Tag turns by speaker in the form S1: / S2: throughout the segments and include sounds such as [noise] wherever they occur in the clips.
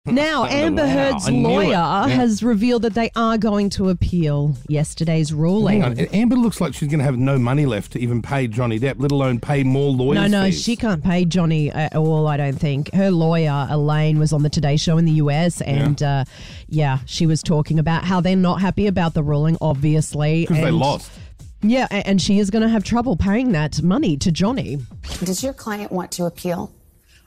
S1: [laughs]
S2: Now, Amber
S1: wow,
S2: Heard's
S1: I knew
S2: lawyer
S1: it. Yeah.
S2: has revealed that they are going to appeal yesterday's ruling.
S1: Hang on. Amber looks like she's going to have no money left to even pay Johnny Depp, let alone pay more lawyers.
S2: No, no,
S1: fees.
S2: she can't pay Johnny at all, I don't think. Her lawyer, Elaine, was on the Today Show in the US, and yeah, uh, yeah she was talking about how they're not happy about the ruling, obviously.
S1: because they
S2: and-
S1: lost.
S2: Yeah, a- and she is going to have trouble paying that money to Johnny.
S3: Does your client want to appeal?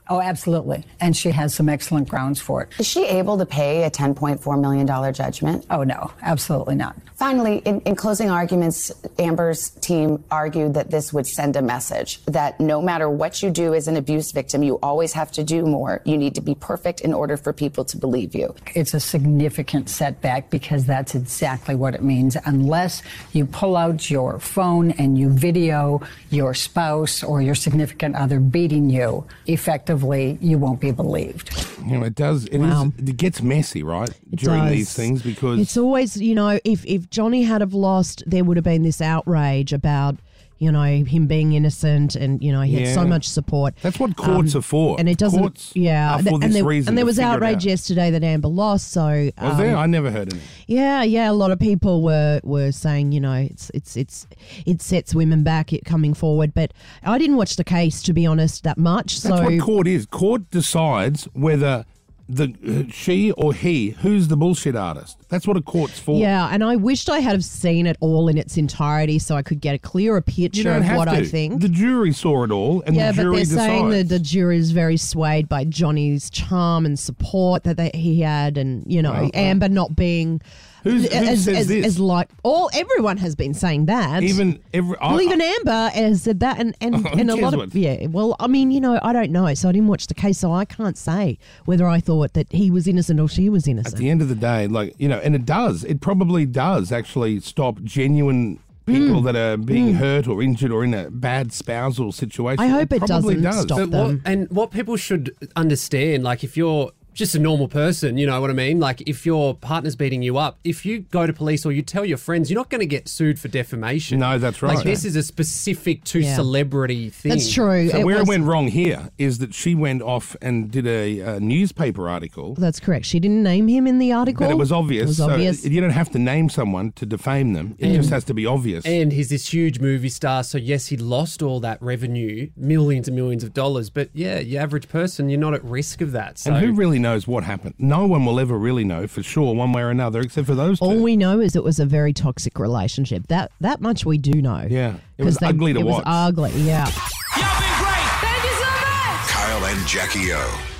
S4: Oh, absolutely. And she has some excellent grounds for it.
S3: Is she able to pay a $10.4 million judgment?
S4: Oh, no, absolutely not.
S3: Finally, in, in closing arguments, Amber's team argued that this would send a message that no matter what you do as an abuse victim, you always have to do more. You need to be perfect in order for people to believe you.
S4: It's a significant setback because that's exactly what it means. Unless you pull out your phone and you video your spouse or your significant other beating you, effectively, you won't be believed.
S1: You know, it does. It, is-
S2: Wow.
S1: it gets messy, right?
S2: It
S1: During
S2: does.
S1: these things, because
S2: it's always you know if if Johnny had have lost, there would have been this outrage about you know him being innocent, and you know he had so
S1: Yeah.
S2: much support. Um,
S1: That's what courts are for.
S2: and it doesn't.
S1: Courts
S2: yeah,
S1: are for
S2: and,
S1: this
S2: there,
S1: reason,
S2: and there
S1: to
S2: was
S1: figure it
S2: outrage
S1: out.
S2: yesterday that Amber lost. So
S1: was
S2: um,
S1: there? I never heard any.
S2: Yeah, yeah. A lot of people were were saying, you know, it's it's it's it sets women back it coming forward. But I didn't watch the case to be honest that much.
S1: That's
S2: so
S1: what court is. Court decides whether the she or he who's the bullshit artist. That's what a court's for.
S2: yeah, and I wished I had have seen it all in its entirety so I could get a clearer
S1: You
S2: picture
S1: don't
S2: of
S1: have
S2: what
S1: to.
S2: I think.
S1: The jury saw it all, and
S2: yeah,
S1: the
S2: but
S1: jury
S2: they're saying that
S1: decides.
S2: the jury is very swayed by Johnny's charm and support that they, he had, and you know
S1: Well,
S2: Amber not being
S1: Who's- who
S2: as,
S1: says
S2: as,
S1: this?
S2: as like all everyone has been saying that.
S1: even every I-
S2: well, even Amber has said that, and
S1: [laughs]
S2: and,
S1: Who
S2: and a
S1: cares
S2: lot
S1: what-
S2: of yeah. Well, I mean, you know, I don't know, so I didn't watch the case, so I can't say whether I thought that he was innocent or she was
S1: at
S2: innocent.
S1: the end of the day, like you know, and it does. It probably does actually stop genuine people
S2: Hmm.
S1: that are being hurt or injured or in a bad spousal situation.
S2: I hope it
S1: probably
S2: doesn't
S1: does.
S2: stop
S1: But
S2: them.
S5: What, and what people should understand, like if you're just a normal person, you know what I mean? Like if your partner's beating you up, if you go to police or you tell your friends, you're not going to get sued for defamation.
S1: No, that's right.
S5: Like this is a specific to
S2: Yeah.
S5: celebrity thing.
S2: That's true.
S1: So
S2: It
S1: where
S2: was-
S1: it went wrong here is that she went off and did a, uh newspaper article.
S2: That's correct. She didn't name him in the article.
S1: But it was obvious.
S2: It was
S1: so
S2: obvious.
S1: you don't have to name someone to defame them. It just has to be obvious.
S5: And he's this huge movie star, so yes, he lost all that revenue, millions and millions of dollars. But yeah, your average person, you're not at risk of that. So
S1: and who really knows what happened? No one will ever really know for sure, one way or another, except for those two.
S2: All we know is it was a very toxic relationship. That that much we do know.
S1: Yeah. It
S2: 'Cause
S1: was ugly to
S2: it
S1: watch.
S2: was ugly. Yeah.
S6: Kyle and Jackie O.